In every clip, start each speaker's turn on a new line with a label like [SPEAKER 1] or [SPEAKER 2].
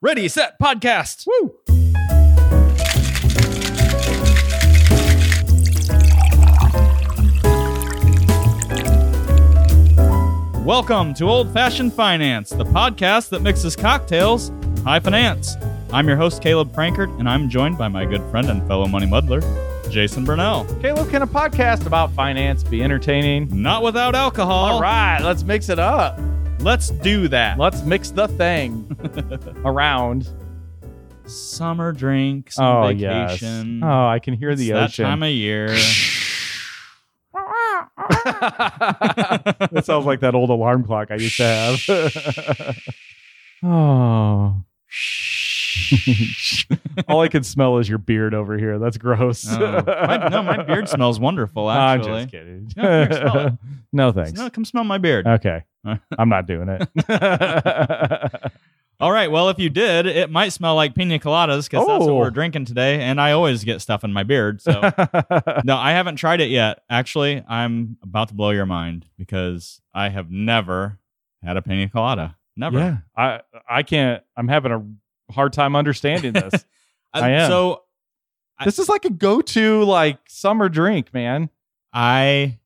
[SPEAKER 1] Ready, set, podcast. Woo! Welcome to Old Fashioned Finance, the podcast that mixes cocktails, and high finance. I'm your host, Caleb Frankert, and I'm joined by my good friend and fellow money muddler, Jason Burnell.
[SPEAKER 2] Caleb, can a podcast about finance be entertaining?
[SPEAKER 1] Not without alcohol.
[SPEAKER 2] All right, let's mix it up.
[SPEAKER 1] Let's do that.
[SPEAKER 2] Let's mix the thing around.
[SPEAKER 1] Summer drinks, on
[SPEAKER 2] Oh, yes.
[SPEAKER 1] vacation.
[SPEAKER 2] Oh, I can hear the
[SPEAKER 1] it's
[SPEAKER 2] ocean.
[SPEAKER 1] That time of year.
[SPEAKER 2] that sounds like that old alarm clock I used to have. oh. All I can smell is your beard over here. That's gross.
[SPEAKER 1] Oh. My- no, my beard smells wonderful.
[SPEAKER 2] I'm
[SPEAKER 1] Actually,
[SPEAKER 2] just kidding.
[SPEAKER 1] No, here, smell it.
[SPEAKER 2] no, thanks.
[SPEAKER 1] No, come smell my beard.
[SPEAKER 2] Okay. I'm not doing it.
[SPEAKER 1] All right. Well, if you did, it might smell like pina coladas because that's what
[SPEAKER 2] Oh.
[SPEAKER 1] we're drinking today. And I always get stuff in my beard. So no, I haven't tried it yet. Actually, I'm about to blow your mind because I have never had a pina colada. Never.
[SPEAKER 2] Yeah, I I can't. I'm having a hard time understanding this.
[SPEAKER 1] Uh,
[SPEAKER 2] I am.
[SPEAKER 1] So I-
[SPEAKER 2] this is like a go-to like summer drink, man.
[SPEAKER 1] I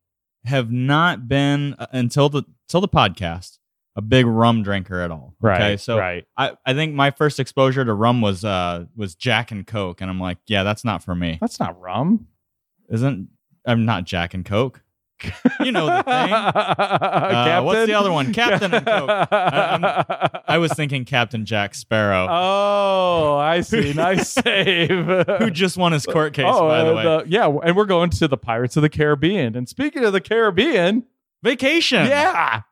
[SPEAKER 1] have not been uh, until the till the podcast a big rum drinker at all. Okay. So
[SPEAKER 2] right,
[SPEAKER 1] I, I think my first exposure to rum was uh was Jack and Coke, and I'm like, yeah, that's not for me.
[SPEAKER 2] that's not rum.
[SPEAKER 1] Isn't I'm not Jack and Coke. You know the thing. Uh,
[SPEAKER 2] Captain.
[SPEAKER 1] what's the other one? Captain and Coke. Uh, um, I was thinking Captain Jack
[SPEAKER 2] Uh,
[SPEAKER 1] Sparrow,
[SPEAKER 2] oh, I see. Nice save.
[SPEAKER 1] who just won his court case,
[SPEAKER 2] oh,
[SPEAKER 1] by the
[SPEAKER 2] uh,
[SPEAKER 1] way.
[SPEAKER 2] the- yeah, and we're going to the Pirates of the Caribbean. And speaking of the Caribbean,
[SPEAKER 1] Vacation.
[SPEAKER 2] yeah.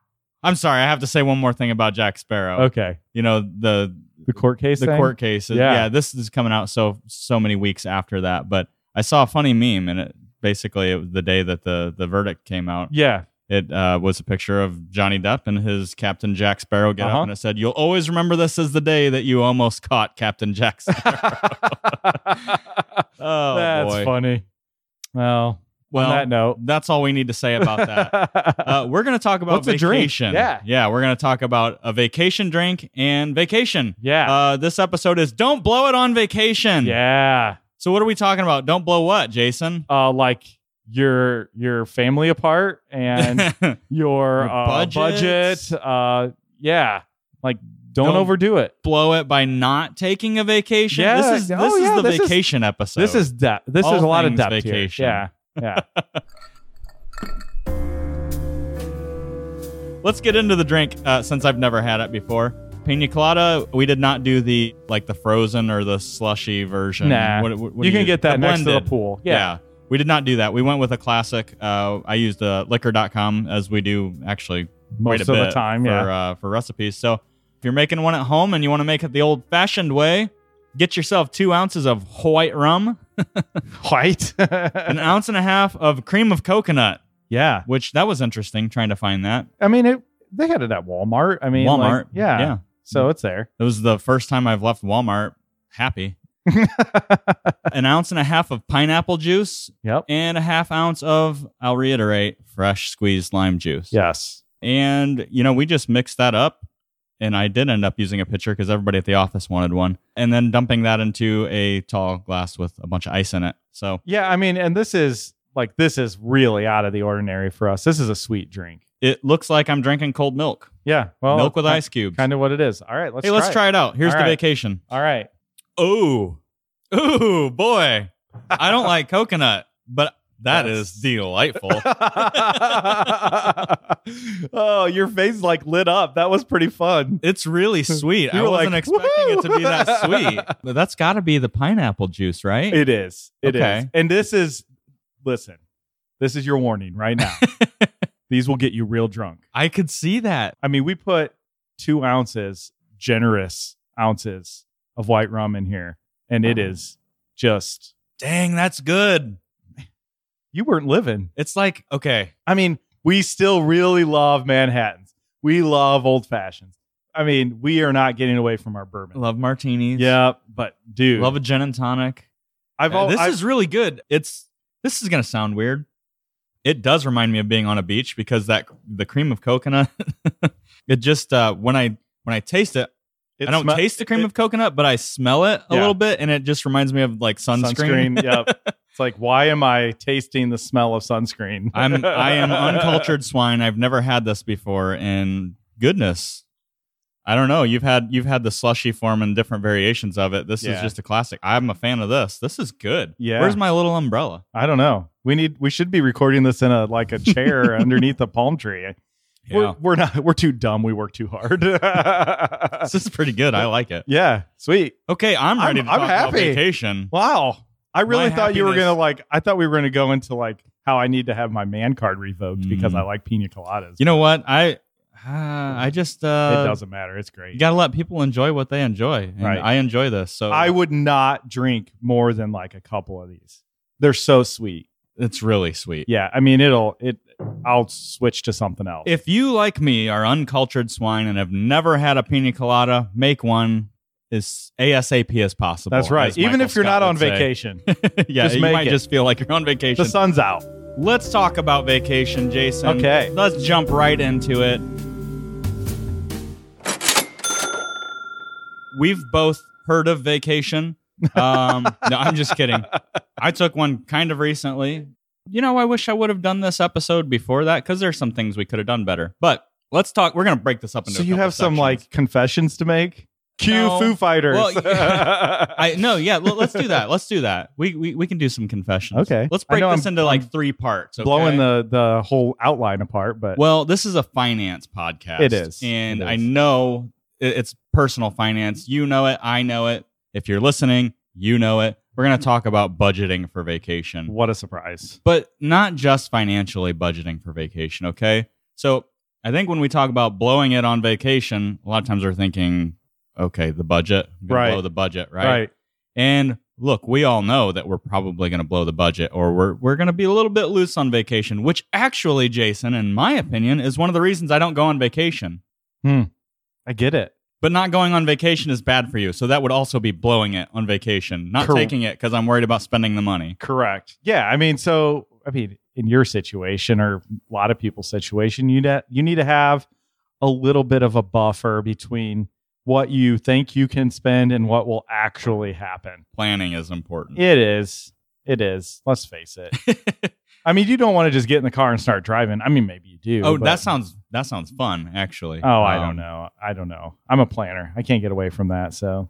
[SPEAKER 1] I'm sorry, I have to say one more thing about Jack Sparrow.
[SPEAKER 2] Okay,
[SPEAKER 1] You know the
[SPEAKER 2] the court case.
[SPEAKER 1] the
[SPEAKER 2] thing?
[SPEAKER 1] court cases. Yeah.
[SPEAKER 2] Yeah.
[SPEAKER 1] this is coming out so so many weeks after that. But I saw a funny meme, and it basically it was the day that the the verdict came out.
[SPEAKER 2] Yeah,
[SPEAKER 1] It uh, was a picture of Johnny Depp and his Captain Jack Sparrow get
[SPEAKER 2] Uh-huh.
[SPEAKER 1] up, and it said, "You'll always remember this as the day that you almost caught Captain Jack." Sparrow." oh
[SPEAKER 2] That's
[SPEAKER 1] boy.
[SPEAKER 2] funny. Well,
[SPEAKER 1] Well,
[SPEAKER 2] on that note,
[SPEAKER 1] that's all we need to say about that. Uh, we're going to talk about
[SPEAKER 2] What's a drink?
[SPEAKER 1] vacation.
[SPEAKER 2] Yeah.
[SPEAKER 1] yeah, we're going to talk about a vacation drink and vacation.
[SPEAKER 2] yeah,
[SPEAKER 1] Uh, this episode is "Don't Blow It on Vacation."
[SPEAKER 2] yeah.
[SPEAKER 1] So what are we talking about? Don't blow what, Jason?
[SPEAKER 2] Uh, like your your family apart and your,
[SPEAKER 1] Your
[SPEAKER 2] uh,
[SPEAKER 1] budgets.
[SPEAKER 2] budget. Uh, yeah, like don't,
[SPEAKER 1] Don't-
[SPEAKER 2] overdo it.
[SPEAKER 1] blow it by not taking a vacation.
[SPEAKER 2] Yeah,
[SPEAKER 1] This is this
[SPEAKER 2] oh, yeah,
[SPEAKER 1] is the
[SPEAKER 2] this is-
[SPEAKER 1] vacation episode.
[SPEAKER 2] this is depth. This
[SPEAKER 1] all
[SPEAKER 2] is a lot of
[SPEAKER 1] things
[SPEAKER 2] depth here.
[SPEAKER 1] vacation.
[SPEAKER 2] Yeah, yeah.
[SPEAKER 1] Let's get into the drink uh, since I've never had it before. Pina colada. We did not do the like the frozen or the slushy version.
[SPEAKER 2] Nah.
[SPEAKER 1] What- what- what
[SPEAKER 2] you
[SPEAKER 1] do
[SPEAKER 2] can get that
[SPEAKER 1] the
[SPEAKER 2] next to the
[SPEAKER 1] blended.
[SPEAKER 2] pool.
[SPEAKER 1] Yeah.
[SPEAKER 2] Yeah,
[SPEAKER 1] We did not do that. We went with a classic. Uh, I used uh, liquor.com as we do actually
[SPEAKER 2] most
[SPEAKER 1] quite
[SPEAKER 2] of
[SPEAKER 1] a
[SPEAKER 2] the
[SPEAKER 1] bit
[SPEAKER 2] time.
[SPEAKER 1] for,
[SPEAKER 2] Yeah,
[SPEAKER 1] uh, for recipes. So if you're making one at home and you want to make it the old fashioned way, get yourself two ounces of white rum,
[SPEAKER 2] white.
[SPEAKER 1] an ounce and a half of cream of coconut,
[SPEAKER 2] yeah,
[SPEAKER 1] which that was interesting trying to find that.
[SPEAKER 2] I mean it. They had it at Walmart. I mean, like,
[SPEAKER 1] Walmart.
[SPEAKER 2] yeah.
[SPEAKER 1] Yeah.
[SPEAKER 2] so it's there.
[SPEAKER 1] It was the first time I've left Walmart happy. an ounce and a half of pineapple juice
[SPEAKER 2] Yep.
[SPEAKER 1] and a half ounce of, I'll reiterate, fresh squeezed lime juice.
[SPEAKER 2] Yes.
[SPEAKER 1] And, you know, we just mixed that up. And I did end up using a pitcher because everybody at the office wanted one. And then dumping that into a tall glass with a bunch of ice in it. So
[SPEAKER 2] Yeah, I mean, and this is like this is really out of the ordinary for us. This is a sweet drink.
[SPEAKER 1] it looks like I'm drinking cold milk,
[SPEAKER 2] Yeah, well,
[SPEAKER 1] milk with ice cubes.
[SPEAKER 2] Kind of what it is. All right, let's
[SPEAKER 1] hey, let's
[SPEAKER 2] try.
[SPEAKER 1] try it out. Here's
[SPEAKER 2] All
[SPEAKER 1] the
[SPEAKER 2] right.
[SPEAKER 1] vacation.
[SPEAKER 2] All right,
[SPEAKER 1] Oh, ooh, boy. I don't like coconut, but that is
[SPEAKER 2] That's-
[SPEAKER 1] delightful.
[SPEAKER 2] oh, your face like lit up. That was pretty fun.
[SPEAKER 1] It's really sweet.
[SPEAKER 2] You
[SPEAKER 1] I
[SPEAKER 2] were
[SPEAKER 1] wasn't
[SPEAKER 2] like,
[SPEAKER 1] expecting it to be that
[SPEAKER 2] "Woohoo!"
[SPEAKER 1] sweet. But that's got to be the pineapple juice, right?
[SPEAKER 2] It is. It is.
[SPEAKER 1] Okay.
[SPEAKER 2] And this is. Listen, this is your warning right now. These will get you real drunk.
[SPEAKER 1] I could see that.
[SPEAKER 2] I mean, we put two ounces, generous ounces of white rum in here, and
[SPEAKER 1] Uh-huh.
[SPEAKER 2] it is just.
[SPEAKER 1] Dang, that's good.
[SPEAKER 2] You weren't living.
[SPEAKER 1] It's like, okay,
[SPEAKER 2] I mean, we still really love Manhattans. We love old fashions. I mean, we are not getting away from our bourbon.
[SPEAKER 1] love martinis.
[SPEAKER 2] Yeah, but dude,
[SPEAKER 1] Love a gin and tonic.
[SPEAKER 2] I've
[SPEAKER 1] Uh,
[SPEAKER 2] al-
[SPEAKER 1] this
[SPEAKER 2] I've-
[SPEAKER 1] is really good. It's this is gonna sound weird. It does remind me of being on a beach because that the cream of coconut. it just uh, when I when I taste it,
[SPEAKER 2] It
[SPEAKER 1] I don't
[SPEAKER 2] sme-
[SPEAKER 1] taste the cream
[SPEAKER 2] it-
[SPEAKER 1] of coconut, but I smell it a
[SPEAKER 2] Yeah.
[SPEAKER 1] little bit, and it just reminds me of like sunscreen.
[SPEAKER 2] sunscreen. yep. It's like, why am I tasting the smell of sunscreen?
[SPEAKER 1] I'm I am uncultured swine. I've never had this before, and goodness, I don't know. You've had you've had the slushy form and different variations of it. This is
[SPEAKER 2] Yeah.
[SPEAKER 1] just a classic. I'm a fan of this. This is good.
[SPEAKER 2] Yeah.
[SPEAKER 1] Where's my little umbrella?
[SPEAKER 2] I don't know. We need. We should be recording this in a like a chair underneath a palm tree. We're, we're not. We're too dumb. We work too hard.
[SPEAKER 1] this is pretty good. I like it.
[SPEAKER 2] yeah. Sweet.
[SPEAKER 1] Okay, I'm
[SPEAKER 2] uh, I'm-
[SPEAKER 1] ready to
[SPEAKER 2] I'm
[SPEAKER 1] talk about
[SPEAKER 2] happy.
[SPEAKER 1] vacation.
[SPEAKER 2] Wow. I really
[SPEAKER 1] My
[SPEAKER 2] thought you were
[SPEAKER 1] happiness-
[SPEAKER 2] gonna like. I thought we were gonna go into like how I need to have my man card revoked because
[SPEAKER 1] Mm.
[SPEAKER 2] I like pina coladas.
[SPEAKER 1] You know what? I uh, I just
[SPEAKER 2] it
[SPEAKER 1] uh,
[SPEAKER 2] doesn't matter. It's great.
[SPEAKER 1] you gotta let people enjoy what they enjoy, and
[SPEAKER 2] Right.
[SPEAKER 1] I enjoy this. So
[SPEAKER 2] I would not drink more than like a couple of these. They're so sweet.
[SPEAKER 1] it's really sweet.
[SPEAKER 2] Yeah, I mean it'll it. I'll switch to something else.
[SPEAKER 1] If you, like me, are uncultured swine and have never had a pina colada, make one as ASAP as possible.
[SPEAKER 2] That's right.
[SPEAKER 1] as
[SPEAKER 2] Even
[SPEAKER 1] Michael
[SPEAKER 2] if you're
[SPEAKER 1] Scott
[SPEAKER 2] not on
[SPEAKER 1] would say.
[SPEAKER 2] vacation,
[SPEAKER 1] yeah,
[SPEAKER 2] just
[SPEAKER 1] you
[SPEAKER 2] make
[SPEAKER 1] might
[SPEAKER 2] it.
[SPEAKER 1] just feel like you're on vacation.
[SPEAKER 2] the sun's out.
[SPEAKER 1] Let's talk about vacation, Jason.
[SPEAKER 2] Okay.
[SPEAKER 1] Let's jump right into it. We've both heard of vacation. Um, no, I'm just kidding. I took one kind of recently. You know, I wish I would have done this episode before that because there's some things we could have done better. But let's talk. We're going to break this up into.
[SPEAKER 2] So
[SPEAKER 1] a
[SPEAKER 2] you
[SPEAKER 1] couple
[SPEAKER 2] have some
[SPEAKER 1] sections.
[SPEAKER 2] like confessions to make? Cue
[SPEAKER 1] No.
[SPEAKER 2] Foo Fighters.
[SPEAKER 1] Well, I no, yeah. l- let's do that. Let's do that. We we, we can do some confessions.
[SPEAKER 2] Okay.
[SPEAKER 1] Let's
[SPEAKER 2] I
[SPEAKER 1] break
[SPEAKER 2] know
[SPEAKER 1] this
[SPEAKER 2] I'm-
[SPEAKER 1] into like
[SPEAKER 2] I'm
[SPEAKER 1] three parts. Okay?
[SPEAKER 2] blowing the the whole outline apart, but
[SPEAKER 1] Well, this is a finance podcast.
[SPEAKER 2] It is.
[SPEAKER 1] And
[SPEAKER 2] It
[SPEAKER 1] I
[SPEAKER 2] is.
[SPEAKER 1] know i- it's personal finance. You know it. I know it. If you're listening, you know it. We're going to talk about budgeting for vacation,
[SPEAKER 2] what a surprise!
[SPEAKER 1] but not just financially budgeting for vacation. Okay. So I think when we talk about blowing it on vacation, a lot of times we're thinking, okay, the budget, I'm gonna
[SPEAKER 2] Right.
[SPEAKER 1] blow the budget,
[SPEAKER 2] Right.
[SPEAKER 1] right? And look, we all know that we're probably going to blow the budget or we're, we're going to be a little bit loose on vacation, which actually, Jason, in my opinion, is one of the reasons I don't go on vacation.
[SPEAKER 2] I get it.
[SPEAKER 1] But not going on vacation is bad for you. So that would also be blowing it on vacation, not
[SPEAKER 2] Correct.
[SPEAKER 1] taking it because I'm worried about spending the money.
[SPEAKER 2] Correct. Yeah. I mean, so I mean, in your situation or a lot of people's situation, you ne- you need to have a little bit of a buffer between what you think you can spend and what will actually happen.
[SPEAKER 1] Planning is important.
[SPEAKER 2] It is. It is. Let's face it. I mean, you don't want to just get in the car and start driving. I mean, maybe you do.
[SPEAKER 1] oh,
[SPEAKER 2] but-
[SPEAKER 1] that sounds that sounds fun, actually.
[SPEAKER 2] Oh, I
[SPEAKER 1] Um,
[SPEAKER 2] don't know. I don't know. I'm a planner. I can't get away from that. So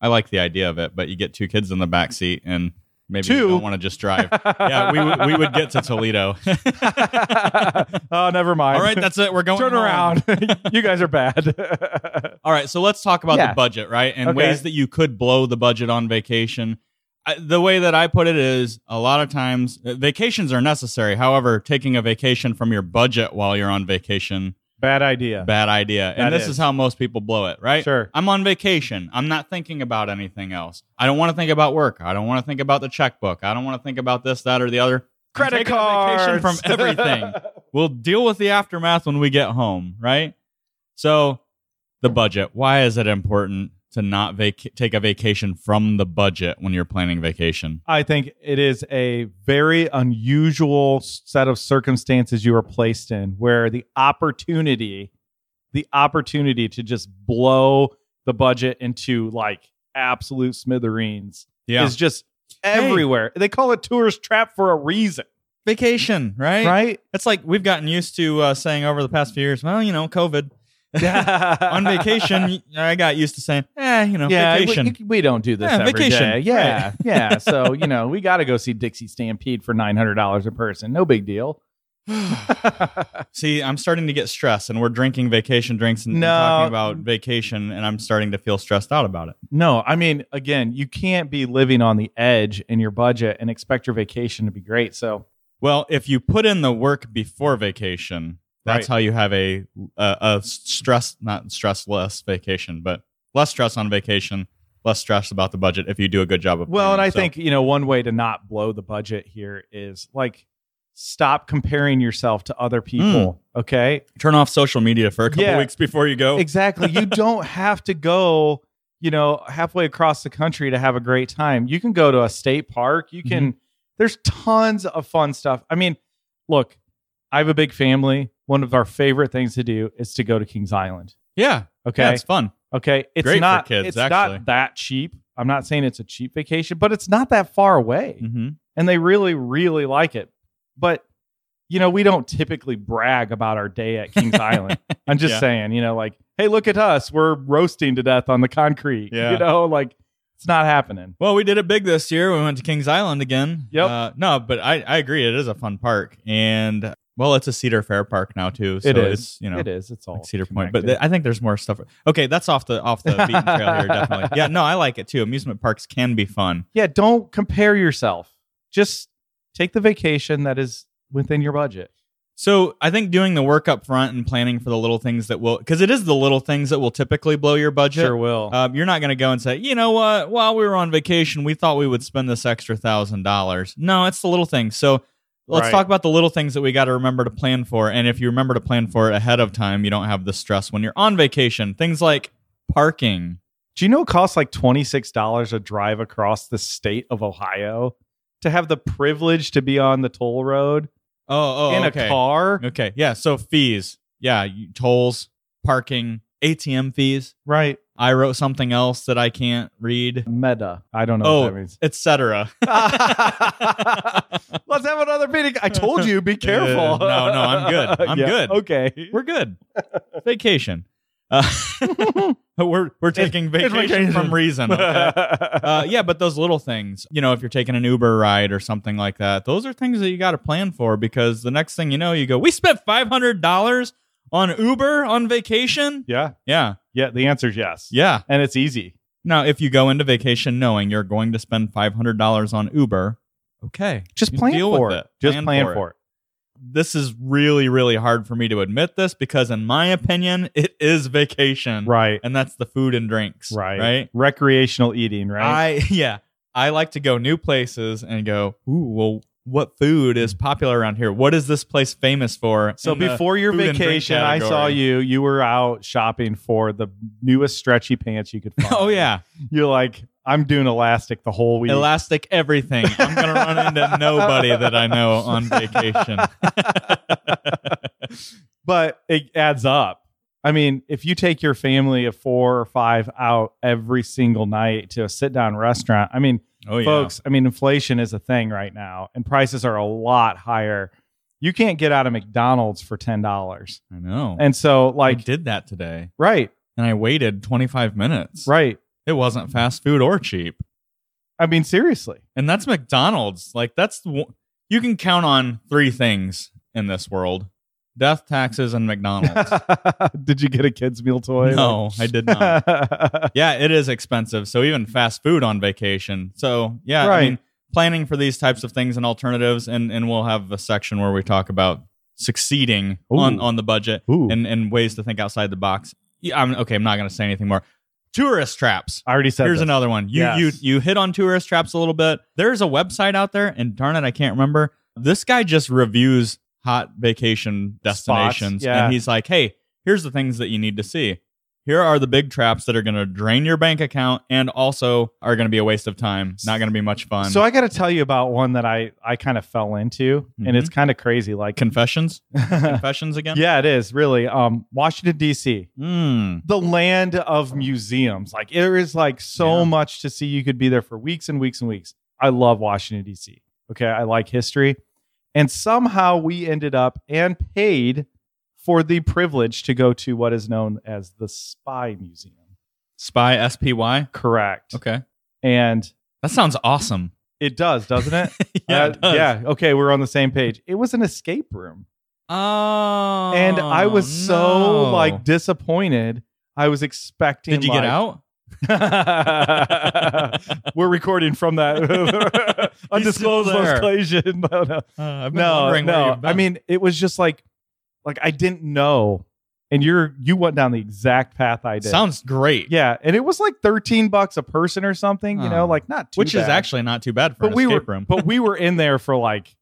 [SPEAKER 1] I like the idea of it, but you get two kids in the back seat and maybe you
[SPEAKER 2] Two?
[SPEAKER 1] don't want to just drive. yeah, we, would we would get to Toledo.
[SPEAKER 2] oh, never mind.
[SPEAKER 1] all right, that's it. We're going
[SPEAKER 2] turn
[SPEAKER 1] home.
[SPEAKER 2] around. you guys are bad.
[SPEAKER 1] All right, so let's talk about
[SPEAKER 2] Yeah.
[SPEAKER 1] the budget, right? And
[SPEAKER 2] Okay.
[SPEAKER 1] ways that you could blow the budget on vacation. I, the way that I put it is a lot of times uh, vacations are necessary. However, taking a vacation from your budget while you're on vacation,
[SPEAKER 2] bad idea.
[SPEAKER 1] bad idea. And
[SPEAKER 2] That
[SPEAKER 1] this is.
[SPEAKER 2] is.
[SPEAKER 1] how most people blow it, right?
[SPEAKER 2] Sure.
[SPEAKER 1] I'm on vacation. I'm not thinking about anything else. I don't want to think about work. I don't want to think about the checkbook. I don't want to think about this, that, or the other. I'm
[SPEAKER 2] Credit
[SPEAKER 1] taking a
[SPEAKER 2] cards
[SPEAKER 1] vacation from everything. we'll deal with the aftermath when we get home, right? So, the budget. Why is it important to not vac- take a vacation from the budget when you're planning vacation?
[SPEAKER 2] I think it is a very unusual set of circumstances you are placed in where the opportunity, the opportunity to just blow the budget into like absolute smithereens
[SPEAKER 1] Yeah,
[SPEAKER 2] is just everywhere. They call it tourist trap for a reason,
[SPEAKER 1] vacation, right?
[SPEAKER 2] right?
[SPEAKER 1] It's like we've gotten used to uh, saying over the past few years. Well, you know, COVID. On vacation, I got used to saying, "Eh, you know,
[SPEAKER 2] Yeah, we-
[SPEAKER 1] vacation."
[SPEAKER 2] We, don't do this
[SPEAKER 1] Yeah,
[SPEAKER 2] every day.
[SPEAKER 1] vacation,
[SPEAKER 2] Yeah, yeah. So you know, we got to go see Dixie Stampede for nine hundred dollars a person. No big deal.
[SPEAKER 1] See, I'm starting to get stressed, and we're drinking vacation drinks and, and
[SPEAKER 2] No.
[SPEAKER 1] talking about vacation, and I'm starting to feel stressed out about it.
[SPEAKER 2] No, I mean, again, you can't be living on the edge in your budget and expect your vacation to be great. So
[SPEAKER 1] Well, if you put in the work before vacation, that's
[SPEAKER 2] Right.
[SPEAKER 1] how you have a, a a stress not stressless vacation, but less stress on vacation, less stress about the budget if you do a good job of
[SPEAKER 2] Well, and
[SPEAKER 1] planning.
[SPEAKER 2] I
[SPEAKER 1] So,
[SPEAKER 2] think, you know, one way to not blow the budget here is like stop comparing yourself to
[SPEAKER 1] Hmm.
[SPEAKER 2] other people. Okay.
[SPEAKER 1] turn off social media for a couple
[SPEAKER 2] Yeah.
[SPEAKER 1] weeks before you go.
[SPEAKER 2] Exactly. you don't have to go, you know, halfway across the country to have a great time. You can go to a state park. You can,
[SPEAKER 1] Mm-hmm.
[SPEAKER 2] there's tons of fun stuff. I mean, look, I have a big family. One of our favorite things to do is to go to Kings Island.
[SPEAKER 1] yeah.
[SPEAKER 2] Okay.
[SPEAKER 1] Yeah, it's fun.
[SPEAKER 2] Okay, it's
[SPEAKER 1] Great for
[SPEAKER 2] not
[SPEAKER 1] kids,
[SPEAKER 2] it's
[SPEAKER 1] actually.
[SPEAKER 2] not that cheap. I'm not saying it's a cheap vacation, but it's not that far away,
[SPEAKER 1] Mm-hmm.
[SPEAKER 2] and they really really like it. But you know, we don't typically brag about our day at Kings Island. I'm just
[SPEAKER 1] Yeah.
[SPEAKER 2] saying, you know, like, hey, look at us, we're roasting to death on the concrete.
[SPEAKER 1] Yeah.
[SPEAKER 2] You know, like it's not happening.
[SPEAKER 1] Well, we did it big this year. We went to Kings Island again.
[SPEAKER 2] Yep.
[SPEAKER 1] Uh, no, but I, I agree. It is a fun park, and well, it's a Cedar Fair park now too. So
[SPEAKER 2] It is.
[SPEAKER 1] It's, you know,
[SPEAKER 2] it is. It's all
[SPEAKER 1] like Cedar Point, but th-
[SPEAKER 2] connected.
[SPEAKER 1] I think there's more stuff. Okay, that's off the off the beaten trail here. Definitely. Yeah. No, I like it too. Amusement parks can be fun.
[SPEAKER 2] yeah, don't compare yourself. Just take the vacation that is within your budget.
[SPEAKER 1] So I think doing the work up front and planning for the little things that will, because it is the little things that will typically blow your budget.
[SPEAKER 2] Sure will.
[SPEAKER 1] Um, you're not going to go and say, you know what? While we were on vacation, we thought we would spend this extra thousand dollars. No, it's the little things. So let's
[SPEAKER 2] Right.
[SPEAKER 1] talk about the little things that we got to remember to plan for. And if you remember to plan for it ahead of time, you don't have the stress when you're on vacation. Things like parking.
[SPEAKER 2] Do you know it costs like $26 a drive across the state of Ohio to have the privilege to be on the toll road
[SPEAKER 1] Oh, oh,
[SPEAKER 2] in
[SPEAKER 1] okay.
[SPEAKER 2] a car?
[SPEAKER 1] Okay, yeah. So fees, yeah, you- tolls, parking, ATM fees.
[SPEAKER 2] Right.
[SPEAKER 1] I wrote something else that I can't read,
[SPEAKER 2] Meta. I don't know
[SPEAKER 1] Oh.
[SPEAKER 2] what that means.
[SPEAKER 1] etc.
[SPEAKER 2] Let's have another meeting. I told you, be careful.
[SPEAKER 1] Uh, no, no, I'm good. I'm
[SPEAKER 2] Yeah,
[SPEAKER 1] good.
[SPEAKER 2] Okay.
[SPEAKER 1] We're good. Vacation. Uh, we're we're taking
[SPEAKER 2] it's
[SPEAKER 1] vacation,
[SPEAKER 2] vacation.
[SPEAKER 1] from reason. okay? uh, yeah, but those little things, you know, if you're taking an Uber ride or something like that, those are things that you got to plan for because the next thing you know, you go, we spent five hundred dollars on Uber on vacation.
[SPEAKER 2] yeah.
[SPEAKER 1] Yeah,
[SPEAKER 2] Yeah. The answer is yes.
[SPEAKER 1] yeah.
[SPEAKER 2] And it's easy.
[SPEAKER 1] Now, if you go into vacation knowing you're going to spend five hundred dollars on Uber, okay,
[SPEAKER 2] Just
[SPEAKER 1] You
[SPEAKER 2] plan
[SPEAKER 1] deal
[SPEAKER 2] for
[SPEAKER 1] with
[SPEAKER 2] it.
[SPEAKER 1] it.
[SPEAKER 2] Just
[SPEAKER 1] Plan
[SPEAKER 2] plan,
[SPEAKER 1] for
[SPEAKER 2] for,
[SPEAKER 1] it.
[SPEAKER 2] it.
[SPEAKER 1] this is really, really hard for me to admit this because, in my opinion, it is vacation,
[SPEAKER 2] Right.
[SPEAKER 1] and that's the food and drinks,
[SPEAKER 2] Right.
[SPEAKER 1] Right.
[SPEAKER 2] Recreational eating, right?
[SPEAKER 1] I yeah, I like to go new places and go. Ooh, well, what food is popular around here? What is this place famous for?
[SPEAKER 2] so
[SPEAKER 1] in the
[SPEAKER 2] before your
[SPEAKER 1] food and drink
[SPEAKER 2] vacation, I saw
[SPEAKER 1] category?
[SPEAKER 2] you. You were out shopping for the newest stretchy pants you could find.
[SPEAKER 1] Oh yeah,
[SPEAKER 2] You're like, I'm doing elastic the whole week.
[SPEAKER 1] elastic everything. I'm gonna run into nobody that I know on vacation.
[SPEAKER 2] but it adds up. I mean, if you take your family of four or five out every single night to a sit down restaurant, I mean,
[SPEAKER 1] Oh yeah,
[SPEAKER 2] folks, I mean, inflation is a thing right now and prices are a lot higher. You can't get out of McDonald's for $10.
[SPEAKER 1] I know.
[SPEAKER 2] And so,
[SPEAKER 1] I
[SPEAKER 2] like,
[SPEAKER 1] did that today,
[SPEAKER 2] right,
[SPEAKER 1] and I waited 25 minutes.
[SPEAKER 2] right.
[SPEAKER 1] It wasn't fast food or cheap.
[SPEAKER 2] I mean, seriously.
[SPEAKER 1] And that's McDonald's. Like that's the one- you can count on three things in this world: death, taxes, and McDonald's.
[SPEAKER 2] did you get a kid's meal toy?
[SPEAKER 1] No, I did not.
[SPEAKER 2] not.
[SPEAKER 1] yeah, it is expensive. So even fast food on vacation. So yeah, I
[SPEAKER 2] Right.
[SPEAKER 1] mean, planning for these types of things and alternatives, and and we'll have a section where we talk about succeeding
[SPEAKER 2] Ooh.
[SPEAKER 1] on on the budget
[SPEAKER 2] Ooh,
[SPEAKER 1] and and ways to think outside the box. Yeah, I'm okay. I'm not going to say anything more. Tourist traps.
[SPEAKER 2] I already said
[SPEAKER 1] Here's
[SPEAKER 2] this.
[SPEAKER 1] another one. You
[SPEAKER 2] Yes.
[SPEAKER 1] you you hit on tourist traps a little bit. There's a website out there, and darn it, I can't remember. This guy just reviews hot vacation destinations,
[SPEAKER 2] yeah.
[SPEAKER 1] and he's like, "Hey, here's the things that you need to see. Here are the big traps that are going to drain your bank account, and also are going to be a waste of time. Not going to be much fun."
[SPEAKER 2] So I got to tell you about one that I I kind of fell into, and
[SPEAKER 1] Mm-hmm.
[SPEAKER 2] it's kind of crazy. Like,
[SPEAKER 1] confessions, confessions again.
[SPEAKER 2] yeah, it is really. Um, Washington D.C.,
[SPEAKER 1] Mm.
[SPEAKER 2] the land of museums. Like, there is like so
[SPEAKER 1] Yeah.
[SPEAKER 2] much to see. You could be there for weeks and weeks and weeks. I love Washington D.C. Okay, I like history, and somehow we ended up and paid for the privilege to go to what is known as the Spy Museum.
[SPEAKER 1] Spy S P Y.
[SPEAKER 2] Correct,
[SPEAKER 1] Okay,
[SPEAKER 2] and
[SPEAKER 1] that sounds awesome.
[SPEAKER 2] it does, doesn't it?
[SPEAKER 1] yeah.
[SPEAKER 2] Uh,
[SPEAKER 1] it does.
[SPEAKER 2] yeah. Okay, we're on the same page. It was an escape room.
[SPEAKER 1] Oh.
[SPEAKER 2] and I was so
[SPEAKER 1] no.
[SPEAKER 2] like disappointed. I was expecting.
[SPEAKER 1] Did you get
[SPEAKER 2] like-
[SPEAKER 1] out?
[SPEAKER 2] out? We're recording from that undisclosed
[SPEAKER 1] still there.
[SPEAKER 2] location. No, no,
[SPEAKER 1] Uh, I've been
[SPEAKER 2] no.
[SPEAKER 1] wondering where
[SPEAKER 2] no.
[SPEAKER 1] you've been.
[SPEAKER 2] I mean, it was just like, like I didn't know, and you're you went down the exact path I did.
[SPEAKER 1] sounds great.
[SPEAKER 2] yeah, and it was like thirteen bucks a person or something. You
[SPEAKER 1] Oh.
[SPEAKER 2] know, like not too
[SPEAKER 1] which is
[SPEAKER 2] bad.
[SPEAKER 1] actually not too bad for
[SPEAKER 2] But
[SPEAKER 1] an
[SPEAKER 2] we
[SPEAKER 1] escape
[SPEAKER 2] were-
[SPEAKER 1] room.
[SPEAKER 2] but we were in there for like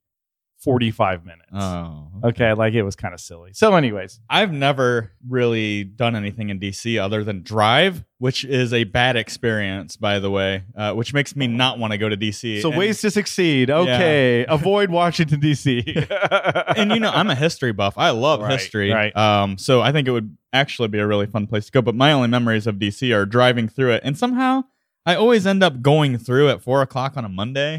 [SPEAKER 2] 45 minutes.
[SPEAKER 1] Oh.
[SPEAKER 2] Okay, like it was kind of silly. So, anyways,
[SPEAKER 1] I've never really done anything in DC other than drive, which is a bad experience, by the way, uh, which makes me not want to go to DC.
[SPEAKER 2] so
[SPEAKER 1] And-
[SPEAKER 2] ways to succeed. Okay, avoid Washington D.C.
[SPEAKER 1] and you know i'm a history buff i love
[SPEAKER 2] Right,
[SPEAKER 1] history
[SPEAKER 2] right.
[SPEAKER 1] um so i think it would actually be a really fun place to go but my only memories of dc are driving through it and somehow i always end up going through at four o'clock on a monday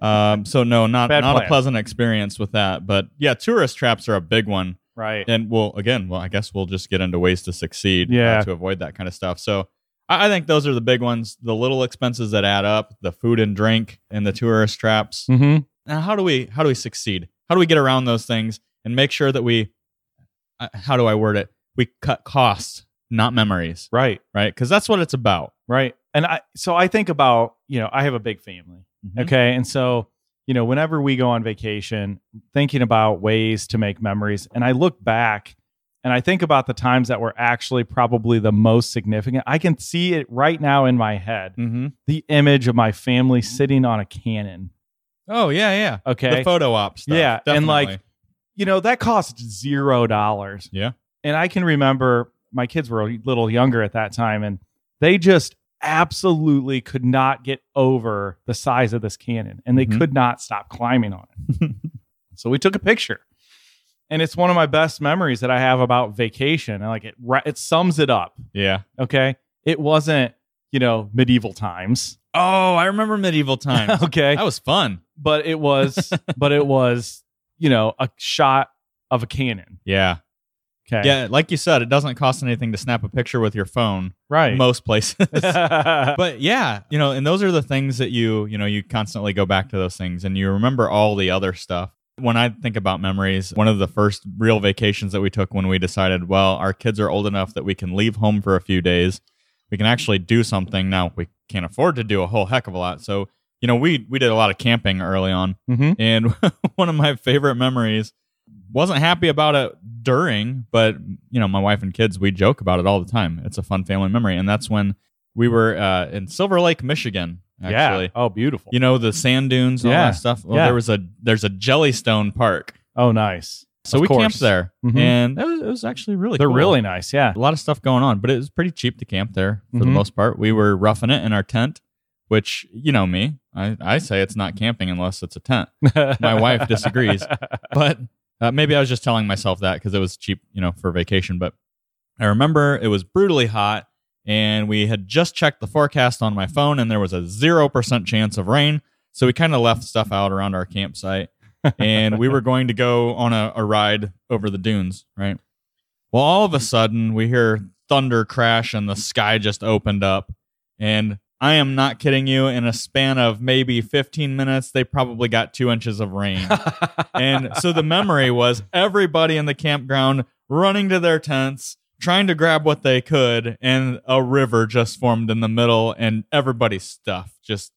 [SPEAKER 1] um so no not
[SPEAKER 2] Bad
[SPEAKER 1] not
[SPEAKER 2] plan.
[SPEAKER 1] a pleasant experience with that but yeah tourist traps are a big one
[SPEAKER 2] right.
[SPEAKER 1] and we'll again well i guess we'll just get into ways to succeed uh,
[SPEAKER 2] Yeah.
[SPEAKER 1] to avoid that kind of stuff so I I think those are the big ones, the little expenses that add up, the food and drink and the tourist traps
[SPEAKER 2] Mm-hmm.
[SPEAKER 1] now how do we how do we succeed how do we get around those things and make sure that we uh, how do i word it we cut costs not memories
[SPEAKER 2] Right.
[SPEAKER 1] right because that's what it's about
[SPEAKER 2] Right. And I so I think about, you know, I have a big family. Okay. And so, you know, whenever we go on vacation, thinking about ways to make memories, and I look back and I think about the times that were actually probably the most significant. I can see it right now in my head
[SPEAKER 1] mm-hmm.
[SPEAKER 2] the image of my family sitting on a cannon.
[SPEAKER 1] oh yeah yeah
[SPEAKER 2] Okay.
[SPEAKER 1] the photo op stuff
[SPEAKER 2] Yeah, and, like,
[SPEAKER 1] definitely.
[SPEAKER 2] you know, that cost zero dollars.
[SPEAKER 1] Yeah.
[SPEAKER 2] And I can remember my kids were a little younger at that time and they just absolutely could not get over the size of this cannon and they
[SPEAKER 1] Mhm.
[SPEAKER 2] could not stop climbing on it. Mm-hmm. so we took a picture. And it's one of my best memories that I have about vacation. And like it ra- it sums it up,
[SPEAKER 1] yeah
[SPEAKER 2] okay? It wasn't, you know, medieval times,
[SPEAKER 1] oh i remember medieval times
[SPEAKER 2] okay?
[SPEAKER 1] that was fun
[SPEAKER 2] But it was but it was, you know, a shot of a cannon,
[SPEAKER 1] yeah
[SPEAKER 2] okay?
[SPEAKER 1] yeah like you said it doesn't cost anything to snap a picture with your phone
[SPEAKER 2] Right.
[SPEAKER 1] most places
[SPEAKER 2] but
[SPEAKER 1] but yeah you know and those are the things that you you know you constantly go back to those things and you remember all the other stuff when i think about memories one of the first real vacations that we took when we decided well our kids are old enough that we can leave home for a few days we can actually do something now we can't afford to do a whole heck of a lot so you know we we did a lot of camping early on
[SPEAKER 2] Mhm.
[SPEAKER 1] and one of my favorite memories wasn't happy about it during but you know my wife and kids we joke about it all the time it's a fun family memory and that's when we were uh, in Silver Lake, Michigan. Actually,
[SPEAKER 2] yeah. Oh, beautiful.
[SPEAKER 1] you know the sand dunes, all
[SPEAKER 2] Yeah.
[SPEAKER 1] that stuff. Well,
[SPEAKER 2] Yeah.
[SPEAKER 1] There was a there's a Jellystone Park,
[SPEAKER 2] Oh, nice.
[SPEAKER 1] so
[SPEAKER 2] Of
[SPEAKER 1] we
[SPEAKER 2] course.
[SPEAKER 1] camped there,
[SPEAKER 2] Mhm.
[SPEAKER 1] and it was, it was actually really
[SPEAKER 2] They're
[SPEAKER 1] cool.
[SPEAKER 2] really nice. Yeah.
[SPEAKER 1] a lot of stuff going on, but it was pretty cheap to camp there for the
[SPEAKER 2] Mhm.
[SPEAKER 1] most part. We were roughing it in our tent, which you know me, I, I say it's not camping unless it's a tent. My wife disagrees. but uh, maybe I was just telling myself that because it was cheap, you know, for vacation. But I remember it was brutally hot, and we had just checked the forecast on my phone, and there was a zero percent chance of rain. So we kind of left stuff out around our campsite, and we were going to go on a, a ride over the dunes, right? Well, all of a sudden, we hear thunder crash, and the sky just opened up, and I am not kidding you. In a span of maybe 15 minutes, they probably got two inches of rain. And so the memory was everybody in the campground running to their tents, trying to grab what they could, and a river just formed in the middle, and everybody's stuff just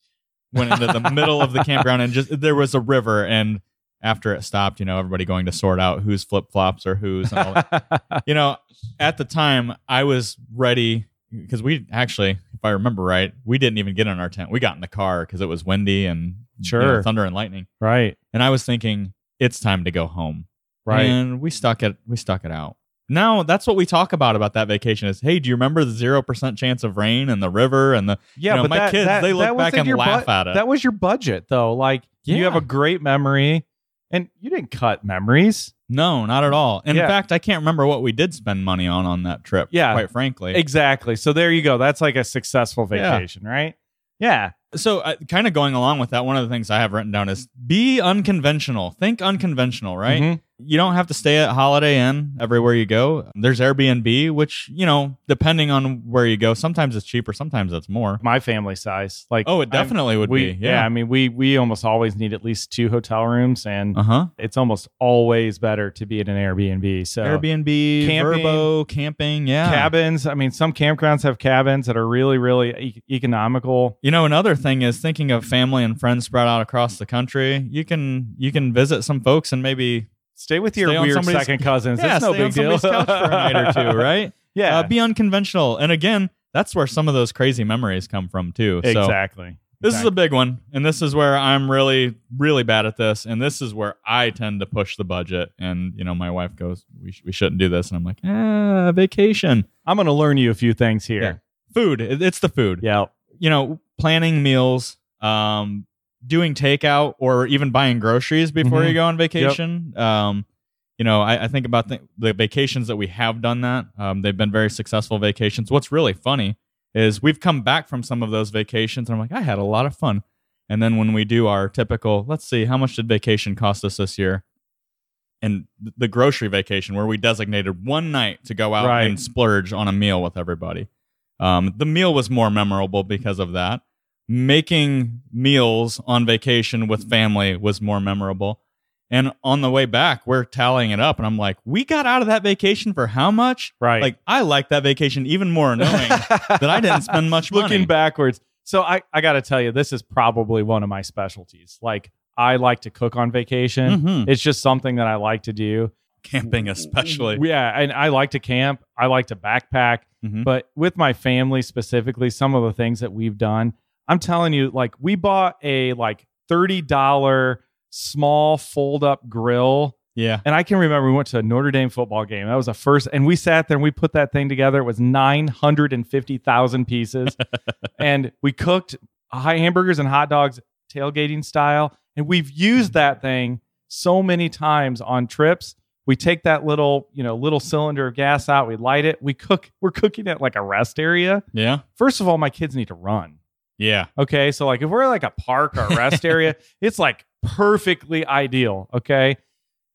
[SPEAKER 1] went into the middle of the campground, and just there was a river. And after it stopped, you know, everybody going to sort out whose flip flops or whose. And all that. you know, at the time, I was ready because we actually, if I remember right, we didn't even get in our tent. We got in the car because it was windy and you know,
[SPEAKER 2] Sure.
[SPEAKER 1] thunder and lightning
[SPEAKER 2] right.
[SPEAKER 1] and I was thinking it's time to go home.
[SPEAKER 2] Right.
[SPEAKER 1] And we stuck it we stuck it out. Now that's what we talk about about that vacation is hey, do you remember the zero percent chance of rain and the river and the
[SPEAKER 2] yeah,
[SPEAKER 1] you know,
[SPEAKER 2] but
[SPEAKER 1] my
[SPEAKER 2] that,
[SPEAKER 1] kids,
[SPEAKER 2] that-
[SPEAKER 1] they look
[SPEAKER 2] that was
[SPEAKER 1] back
[SPEAKER 2] in
[SPEAKER 1] and
[SPEAKER 2] your
[SPEAKER 1] laugh
[SPEAKER 2] bu-
[SPEAKER 1] at it.
[SPEAKER 2] That was your budget, though. Like you have
[SPEAKER 1] Yeah.
[SPEAKER 2] a great memory, and you didn't cut memories.
[SPEAKER 1] no, not at all. And
[SPEAKER 2] Yeah.
[SPEAKER 1] in fact, I can't remember what we did spend money on on that trip.
[SPEAKER 2] Yeah.
[SPEAKER 1] quite frankly.
[SPEAKER 2] Exactly. So there you go. That's like a successful
[SPEAKER 1] Yeah.
[SPEAKER 2] vacation, right? Yeah.
[SPEAKER 1] so, uh, kind of going along with that, one of the things I have written down is be unconventional. Think unconventional, right?
[SPEAKER 2] Mhm.
[SPEAKER 1] you don't have to stay at Holiday Inn everywhere you go. There's Airbnb, which, you know, depending on where you go, sometimes it's cheaper, sometimes it's more.
[SPEAKER 2] My family size, like
[SPEAKER 1] Oh, it
[SPEAKER 2] I'm-
[SPEAKER 1] definitely would
[SPEAKER 2] we,
[SPEAKER 1] be.
[SPEAKER 2] yeah. I
[SPEAKER 1] Yeah.
[SPEAKER 2] mean, we we almost always need at least two hotel rooms, and
[SPEAKER 1] Uh huh.
[SPEAKER 2] it's almost always better to be at an Airbnb. So
[SPEAKER 1] Airbnb,
[SPEAKER 2] Camping.
[SPEAKER 1] Verbo, camping. Yeah.
[SPEAKER 2] cabins. I mean, some campgrounds have cabins that are really, really e- economical.
[SPEAKER 1] You know, another thing is thinking of family and friends spread out across the country. You can you can visit some folks and maybe
[SPEAKER 2] Stay with your
[SPEAKER 1] Stay on
[SPEAKER 2] weird
[SPEAKER 1] somebody's-
[SPEAKER 2] second cousins.
[SPEAKER 1] yeah,
[SPEAKER 2] It's no
[SPEAKER 1] stay on
[SPEAKER 2] big deal.
[SPEAKER 1] somebody's couch for a night or two, right?
[SPEAKER 2] Yeah,
[SPEAKER 1] Uh, be unconventional, and again, that's where some of those crazy memories come from too. So
[SPEAKER 2] exactly.
[SPEAKER 1] This is a big one, and this is where I'm really, really bad at this, and this is where I tend to push the budget. And you know, my wife goes, "We, sh- we shouldn't do this," and I'm like, "Ah, vacation,
[SPEAKER 2] I'm going to learn you a few things here.
[SPEAKER 1] food. It- it's the food.
[SPEAKER 2] Yeah.
[SPEAKER 1] You know, planning meals, um, doing takeout, or even buying groceries before
[SPEAKER 2] Mhm.
[SPEAKER 1] you go on vacation. Um, you know, I, I think about the, the vacations that we have done that. Um, they've been very successful vacations. What's really funny is we've come back from some of those vacations, and I'm like, I had a lot of fun. And then when we do our typical, let's see, how much did vacation cost us this year? And th- the grocery vacation where we designated one night to go out
[SPEAKER 2] Right.
[SPEAKER 1] and splurge on a meal with everybody. Um, the meal was more memorable because of that. Making meals on vacation with family was more memorable. And on the way back, we're tallying it up, and I'm like, we got out of that vacation for how much?
[SPEAKER 2] Right.
[SPEAKER 1] Like, I like that vacation even more knowing that I didn't spend much money.
[SPEAKER 2] looking backwards. So I, I got to tell you, this is probably one of my specialties. Like I like to cook on vacation.
[SPEAKER 1] Mhm.
[SPEAKER 2] It's just something that I like to do.
[SPEAKER 1] camping, especially.
[SPEAKER 2] Yeah, and I like to camp. I like to backpack.
[SPEAKER 1] Mhm.
[SPEAKER 2] But with my family specifically, some of the things that we've done, I'm telling you, like we bought a like thirty dollar small fold up grill.
[SPEAKER 1] yeah.
[SPEAKER 2] And I can remember we went to a Notre Dame football game. That was the first, and we sat there and we put that thing together. It was 950,000 pieces. and we cooked high hamburgers and hot dogs tailgating style. And we've used that thing so many times on trips. We take that little, you know, little cylinder of gas out, we light it, we cook, we're cooking at like a rest area.
[SPEAKER 1] Yeah.
[SPEAKER 2] First of all, my kids need to run.
[SPEAKER 1] Yeah.
[SPEAKER 2] Okay. So like if we're like a park or a rest area, it's like perfectly ideal. Okay.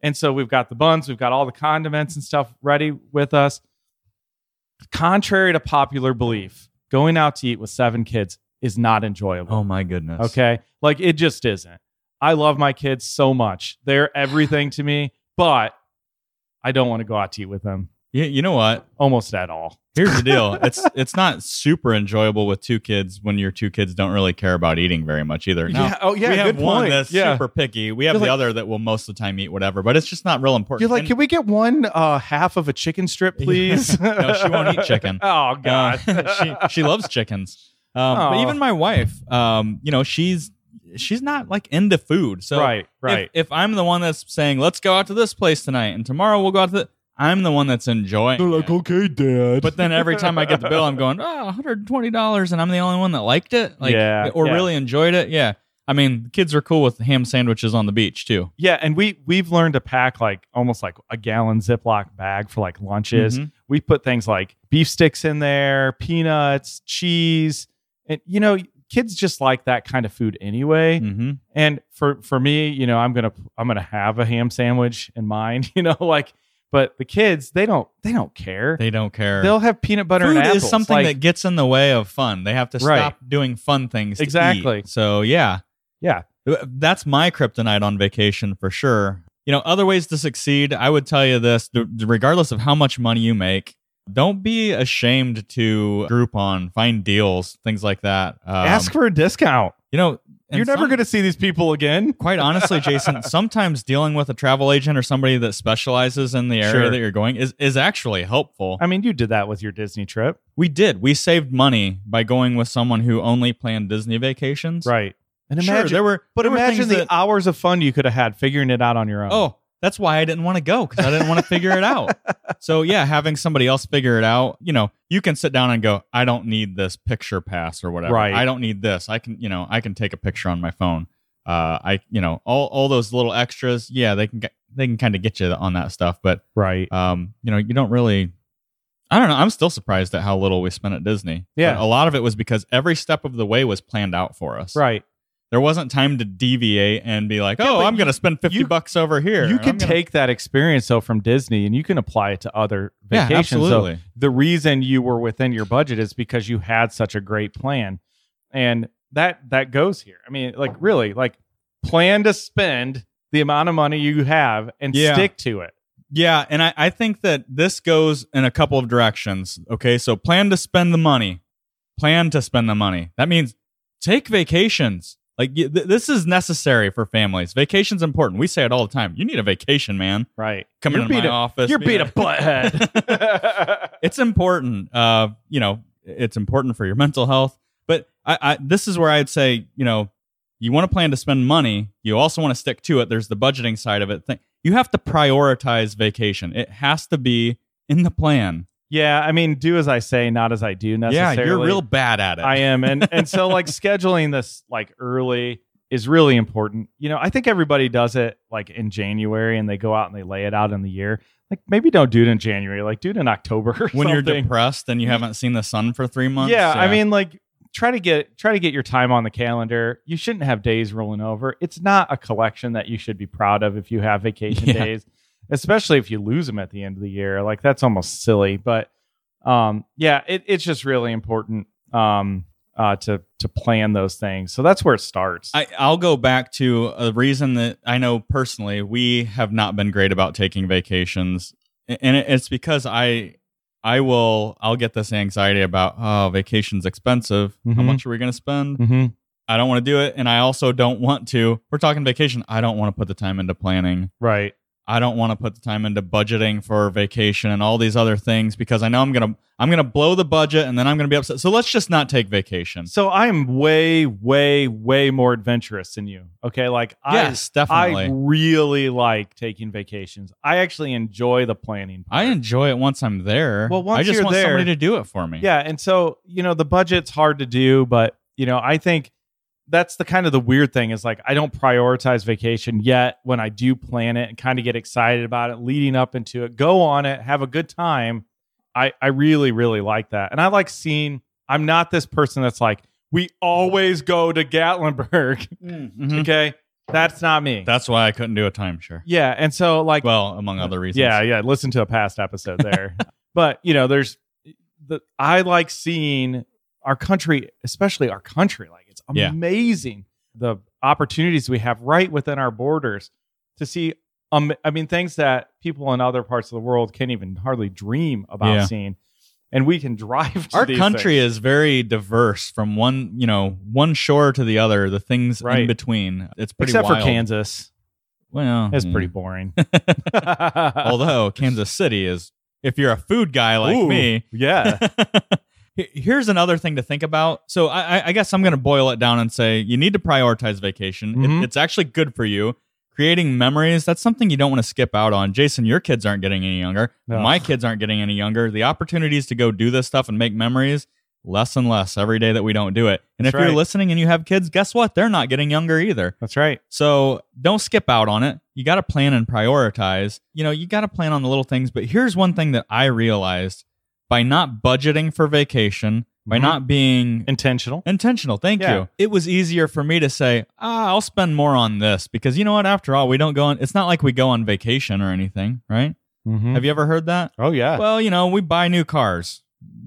[SPEAKER 2] And so we've got the buns, we've got all the condiments and stuff ready with us. Contrary to popular belief, going out to eat with seven kids is not enjoyable.
[SPEAKER 1] Oh my goodness.
[SPEAKER 2] Okay. Like it just isn't. I love my kids so much. They're everything to me, but I don't want to go out to eat with them
[SPEAKER 1] You, you know what?
[SPEAKER 2] almost at all.
[SPEAKER 1] Here's the deal. it's it's not super enjoyable with two kids when your two kids don't really care about eating very much either. Now,
[SPEAKER 2] Oh,
[SPEAKER 1] we have one that's
[SPEAKER 2] yeah.
[SPEAKER 1] super picky. We have
[SPEAKER 2] You're
[SPEAKER 1] the
[SPEAKER 2] like-
[SPEAKER 1] other that will most of the time eat whatever, but it's just not real important.
[SPEAKER 2] You're like,
[SPEAKER 1] And-
[SPEAKER 2] can we get one uh, half of a chicken strip, please?
[SPEAKER 1] No, she won't eat chicken.
[SPEAKER 2] Oh
[SPEAKER 1] Uh,
[SPEAKER 2] God,
[SPEAKER 1] she she loves chickens. Um,
[SPEAKER 2] Aw.
[SPEAKER 1] but even my wife, um, you know, she's she's not like into food. So
[SPEAKER 2] right, right.
[SPEAKER 1] If, if I'm the one that's saying, let's go out to this place tonight, and tomorrow we'll go out to, the, I'm the one that's enjoying. it.
[SPEAKER 2] okay, Dad.
[SPEAKER 1] But then every time I get the bill, I'm going, oh, $120, and I'm the only one that liked it, like,
[SPEAKER 2] Yeah,
[SPEAKER 1] or
[SPEAKER 2] yeah.
[SPEAKER 1] really enjoyed it. Yeah, I mean, the kids are cool with ham sandwiches on the beach too.
[SPEAKER 2] yeah, and we we've learned to pack like almost like a gallon Ziploc bag for like lunches.
[SPEAKER 1] Mhm.
[SPEAKER 2] We put things like beef sticks in there, peanuts, cheese, and you know, kids just like that kind of food anyway.
[SPEAKER 1] Mhm.
[SPEAKER 2] And for for me, you know, I'm gonna I'm gonna have a ham sandwich in mind, you know, like. But the kids, they don't they don't care.
[SPEAKER 1] They don't care.
[SPEAKER 2] They'll have peanut butter
[SPEAKER 1] food
[SPEAKER 2] and apples.
[SPEAKER 1] is something
[SPEAKER 2] like-
[SPEAKER 1] that gets in the way of fun. They have to stop
[SPEAKER 2] Right.
[SPEAKER 1] doing fun things. to eat.
[SPEAKER 2] Exactly.
[SPEAKER 1] So yeah, Uh,
[SPEAKER 2] Yeah.
[SPEAKER 1] that's my kryptonite on vacation for sure. You know, other ways to succeed. I would tell you this: d- regardless of how much money you make, don't be ashamed to Groupon, find deals, things like that. Um,
[SPEAKER 2] ask for a discount.
[SPEAKER 1] You know, and
[SPEAKER 2] You're never
[SPEAKER 1] some-
[SPEAKER 2] going to see these people again.
[SPEAKER 1] Quite honestly, Jason, sometimes dealing with a travel agent or somebody that specializes in the area
[SPEAKER 2] Sure.
[SPEAKER 1] that you're going is, is actually helpful.
[SPEAKER 2] I mean, you did that with your Disney trip,
[SPEAKER 1] We did. We saved money by going with someone who only planned Disney vacations.
[SPEAKER 2] right? And
[SPEAKER 1] sure,
[SPEAKER 2] imagine,
[SPEAKER 1] there were,
[SPEAKER 2] but
[SPEAKER 1] there were
[SPEAKER 2] imagine
[SPEAKER 1] things
[SPEAKER 2] the
[SPEAKER 1] that-
[SPEAKER 2] hours of fun you could have had figuring it out on your own.
[SPEAKER 1] oh, that's why I didn't want to go because I didn't want to figure it out. So yeah, having somebody else figure it out, you know, you can sit down and go, I don't need this picture pass or whatever.
[SPEAKER 2] Right.
[SPEAKER 1] I don't need this. I can, you know, I can take a picture on my phone. Uh, I, you know, all all those little extras. Yeah, they can get, they can kind of get you on that stuff, but
[SPEAKER 2] right.
[SPEAKER 1] um, you know, you don't really. I don't know. I'm still surprised at how little we spent at Disney.
[SPEAKER 2] Yeah.
[SPEAKER 1] But a lot of it was because every step of the way was planned out for us.
[SPEAKER 2] Right.
[SPEAKER 1] There wasn't time to deviate and be like,
[SPEAKER 2] Yeah,
[SPEAKER 1] oh,
[SPEAKER 2] but
[SPEAKER 1] I'm
[SPEAKER 2] you-
[SPEAKER 1] going to spend 50
[SPEAKER 2] you-
[SPEAKER 1] bucks over here.
[SPEAKER 2] You
[SPEAKER 1] and I'm
[SPEAKER 2] can
[SPEAKER 1] gonna-
[SPEAKER 2] take that experience though from Disney and you can apply it to other
[SPEAKER 1] Yeah,
[SPEAKER 2] vacations. So
[SPEAKER 1] absolutely.
[SPEAKER 2] the reason you were within your budget is because you had such a great plan. And that that goes here. I mean, like really, like plan to spend the amount of money you have and
[SPEAKER 1] Yeah.
[SPEAKER 2] stick to it.
[SPEAKER 1] Yeah, and I, I think that this goes in a couple of directions. Okay, so plan to spend the money. Plan to spend the money. That means take vacations. Like y- th- this is necessary for families. Vacation's important. We say it all the time. You need a vacation, man.
[SPEAKER 2] Right.
[SPEAKER 1] Coming
[SPEAKER 2] You're
[SPEAKER 1] into my
[SPEAKER 2] beat a-
[SPEAKER 1] office.
[SPEAKER 2] You're beat
[SPEAKER 1] being
[SPEAKER 2] a butthead.
[SPEAKER 1] it's important. Uh, you know, it's important for your mental health. But I- I, I this is where I'd say, you know, you want to plan to spend money, you also want to stick to it. There's the budgeting side of it. Thing you have to prioritize vacation. It has to be in the plan.
[SPEAKER 2] Yeah, I mean, do as I say, not as I do
[SPEAKER 1] Yeah,
[SPEAKER 2] necessarily.
[SPEAKER 1] you're real bad at it.
[SPEAKER 2] I am, and and so like scheduling this like early is really important. You know, I think everybody does it like in January, and they go out and they lay it out in the year. Like maybe don't do it in January. Like do it in October or
[SPEAKER 1] when you're
[SPEAKER 2] something.
[SPEAKER 1] depressed and you haven't seen the sun for three months.
[SPEAKER 2] yeah, I mean, like try to get try to get your time on the calendar. You shouldn't have days rolling over. It's not a collection that you should be proud of if you have vacation
[SPEAKER 1] Yeah.
[SPEAKER 2] days, especially if you lose them at the end of the year. Like that's almost silly, but um, yeah, it, it's just really important um, uh, to to plan those things. So that's where it starts.
[SPEAKER 1] I, I'll go back to a reason that I know personally we have not been great about taking vacations, A- and it- it's because I I will I'll get this anxiety about oh vacation's expensive. How
[SPEAKER 2] Mhm.
[SPEAKER 1] much are we going to spend?
[SPEAKER 2] mm-hmm.
[SPEAKER 1] I don't want to do it, and I also don't want to. We're talking vacation. I don't want to put the time into planning.
[SPEAKER 2] Right.
[SPEAKER 1] I don't want to put the time into budgeting for vacation and all these other things because I know I'm gonna I'm gonna blow the budget and then I'm gonna be upset. So let's just not take vacation.
[SPEAKER 2] So I am way, way, way more adventurous than you. Okay, like I
[SPEAKER 1] yes, definitely.
[SPEAKER 2] I really like taking vacations. I actually enjoy the planning.
[SPEAKER 1] I
[SPEAKER 2] part.
[SPEAKER 1] enjoy it once I'm there.
[SPEAKER 2] Well, once
[SPEAKER 1] I just
[SPEAKER 2] you're
[SPEAKER 1] want somebody
[SPEAKER 2] there-
[SPEAKER 1] to do it for me.
[SPEAKER 2] Yeah, and so you know the budget's hard to do, but you know I think that's the kind of the weird thing is like I don't prioritize vacation yet. When I do plan it and kind of get excited about it, leading up into it, go on it, have a good time. I I really really like that, and I like seeing. I'm not this person that's like we always go to Gatlinburg.
[SPEAKER 1] Mhm.
[SPEAKER 2] Okay, that's not me.
[SPEAKER 1] that's why I couldn't do a timeshare.
[SPEAKER 2] yeah, and so like
[SPEAKER 1] Well, among other reasons.
[SPEAKER 2] yeah, yeah. Listen to a past episode there. but you know, there's the I like seeing our country, especially our country. Like it's
[SPEAKER 1] Yeah.
[SPEAKER 2] amazing the opportunities we have right within our borders to see. Um, I mean, things that people in other parts of the world can't even hardly dream about
[SPEAKER 1] Yeah.
[SPEAKER 2] seeing, and we can drive. To
[SPEAKER 1] Our country is very diverse from one, you know, one shore to the other. The things in
[SPEAKER 2] Right.
[SPEAKER 1] between, it's pretty
[SPEAKER 2] except
[SPEAKER 1] wild.
[SPEAKER 2] for Kansas,
[SPEAKER 1] Well,
[SPEAKER 2] it's
[SPEAKER 1] mm.
[SPEAKER 2] pretty boring.
[SPEAKER 1] Although Kansas City is, if you're a food guy like
[SPEAKER 2] Ooh,
[SPEAKER 1] me,
[SPEAKER 2] yeah,
[SPEAKER 1] here's another thing to think about. So I, I- I guess I'm going to boil it down and say you need to prioritize vacation. It-
[SPEAKER 2] Mhm.
[SPEAKER 1] it's actually good for you. Creating memories, that's something you don't want to skip out on. Jason, your kids aren't getting any younger.
[SPEAKER 2] No.
[SPEAKER 1] My kids aren't getting any younger. The opportunities to go do this stuff and make memories, less and less every day that we don't do it. And
[SPEAKER 2] That's
[SPEAKER 1] if you're
[SPEAKER 2] right.
[SPEAKER 1] listening and you have kids, guess what? They're not getting younger either.
[SPEAKER 2] that's right.
[SPEAKER 1] So don't skip out on it. You got to plan and prioritize. You know, you got to plan on the little things. But here's one thing that I realized by not budgeting for vacation, by
[SPEAKER 2] Mhm.
[SPEAKER 1] not being
[SPEAKER 2] Intentional.
[SPEAKER 1] intentional, thank
[SPEAKER 2] Yeah.
[SPEAKER 1] you, it was easier for me to say, ah, I'll spend more on this because you know what? After all, we don't go on, it's not like we go on vacation or anything, right?
[SPEAKER 2] Mhm.
[SPEAKER 1] Have you ever heard that?
[SPEAKER 2] Oh yeah,
[SPEAKER 1] Well, you know, we buy new cars.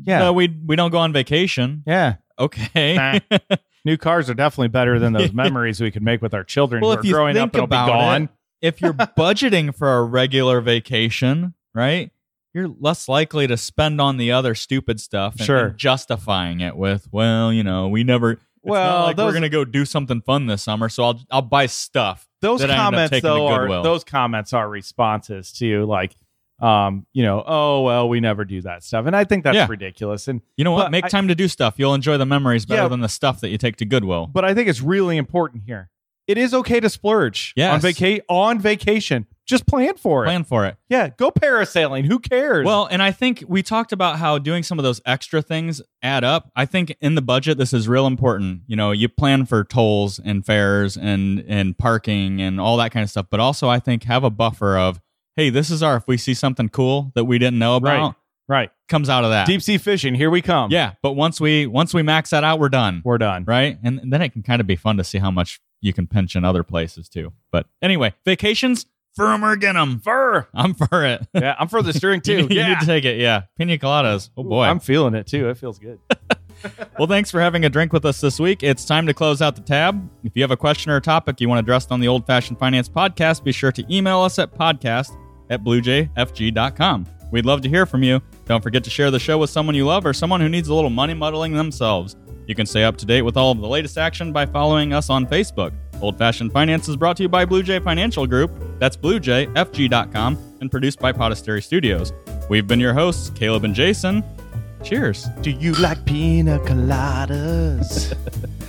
[SPEAKER 2] yeah,
[SPEAKER 1] No, we, we don't go on vacation.
[SPEAKER 2] yeah.
[SPEAKER 1] Okay.
[SPEAKER 2] New cars are definitely better than those memories we could make with our children
[SPEAKER 1] Well,
[SPEAKER 2] who
[SPEAKER 1] if
[SPEAKER 2] are
[SPEAKER 1] you
[SPEAKER 2] growing up
[SPEAKER 1] think
[SPEAKER 2] and will be
[SPEAKER 1] about it,
[SPEAKER 2] gone.
[SPEAKER 1] if you're budgeting for a regular vacation, right? You're less likely to spend on the other stupid stuff and,
[SPEAKER 2] Sure.
[SPEAKER 1] and justifying it with, well, you know, we never. It's not
[SPEAKER 2] Well,
[SPEAKER 1] like we're
[SPEAKER 2] those-
[SPEAKER 1] gonna go do something fun this summer, so I'll I'll buy stuff.
[SPEAKER 2] Those
[SPEAKER 1] that I end up
[SPEAKER 2] comments
[SPEAKER 1] taking to
[SPEAKER 2] though are
[SPEAKER 1] Goodwill.
[SPEAKER 2] those comments are responses to like um, you know, oh well, we never do that stuff. And I think that's
[SPEAKER 1] Yeah.
[SPEAKER 2] ridiculous. And
[SPEAKER 1] You know what?
[SPEAKER 2] But
[SPEAKER 1] Make
[SPEAKER 2] I-
[SPEAKER 1] time to do stuff. You'll enjoy the memories better
[SPEAKER 2] Yeah.
[SPEAKER 1] than the stuff that you take to Goodwill.
[SPEAKER 2] but I think it's really important here. It is okay to splurge on
[SPEAKER 1] Yes.
[SPEAKER 2] vaca- on vacation. Just plan for it.
[SPEAKER 1] Plan for it.
[SPEAKER 2] Yeah, go parasailing. Who cares?
[SPEAKER 1] Well, and I think we talked about how doing some of those extra things add up. I think in the budget, this is real important. You know, you plan for tolls and fares and and parking and all that kind of stuff, but also I think have a buffer of, hey, this is our if we see something cool that we didn't know about,
[SPEAKER 2] Right. right.
[SPEAKER 1] comes out of that.
[SPEAKER 2] Deep sea fishing. Here we come.
[SPEAKER 1] Yeah, but once we once we max that out, we're done,
[SPEAKER 2] we're done.
[SPEAKER 1] right? And then it can kind of be fun to see how much you can pinch in other places too. But anyway, vacations, firm or get 'em.
[SPEAKER 2] Fur.
[SPEAKER 1] I'm for it.
[SPEAKER 2] Yeah, I'm for the steering
[SPEAKER 1] You,
[SPEAKER 2] too.
[SPEAKER 1] you
[SPEAKER 2] yeah,
[SPEAKER 1] need to take it, yeah. Pina coladas. Oh boy.
[SPEAKER 2] I'm feeling it too. It feels good.
[SPEAKER 1] Well, thanks for having a drink with us this week. It's time to close out the tab. If you have a question or a topic you want addressed on the Old Fashioned Finance Podcast, be sure to email us at podcast at bluejfg.com. We'd love to hear from you. Don't forget to share the show with someone you love or someone who needs a little money muddling themselves. You can stay up to date with all of the latest action by following us on Facebook. Old Fashioned Finance is brought to you by Blue Jay Financial Group. That's bluejfg.com and produced by Podastery Studios. We've been your hosts, Caleb and Jason. Cheers.
[SPEAKER 3] Do you like pina coladas?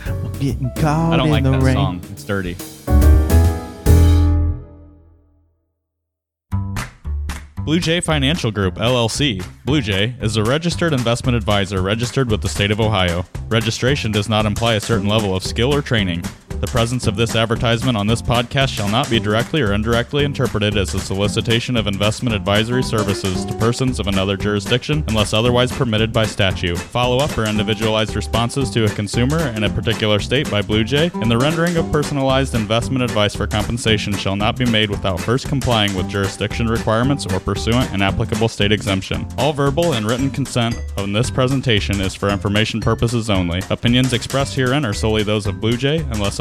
[SPEAKER 3] We're getting caught
[SPEAKER 1] I don't
[SPEAKER 3] in
[SPEAKER 1] like
[SPEAKER 3] the
[SPEAKER 1] that
[SPEAKER 3] rain.
[SPEAKER 1] song. It's dirty. Blue Jay Financial Group, LLC. Blue Jay is a registered investment advisor registered with the state of Ohio. Registration does not imply a certain level of skill or training. The presence of this advertisement on this podcast shall not be directly or indirectly interpreted as a solicitation of investment advisory services to persons of another jurisdiction unless otherwise permitted by statute. Follow up or individualized responses to a consumer in a particular state by Blue Jay and the rendering of personalized investment advice for compensation shall not be made without first complying with jurisdiction requirements or pursuant an applicable state exemption. All verbal and written consent on this presentation is for information purposes only. Opinions expressed herein are solely those of Blue Jay unless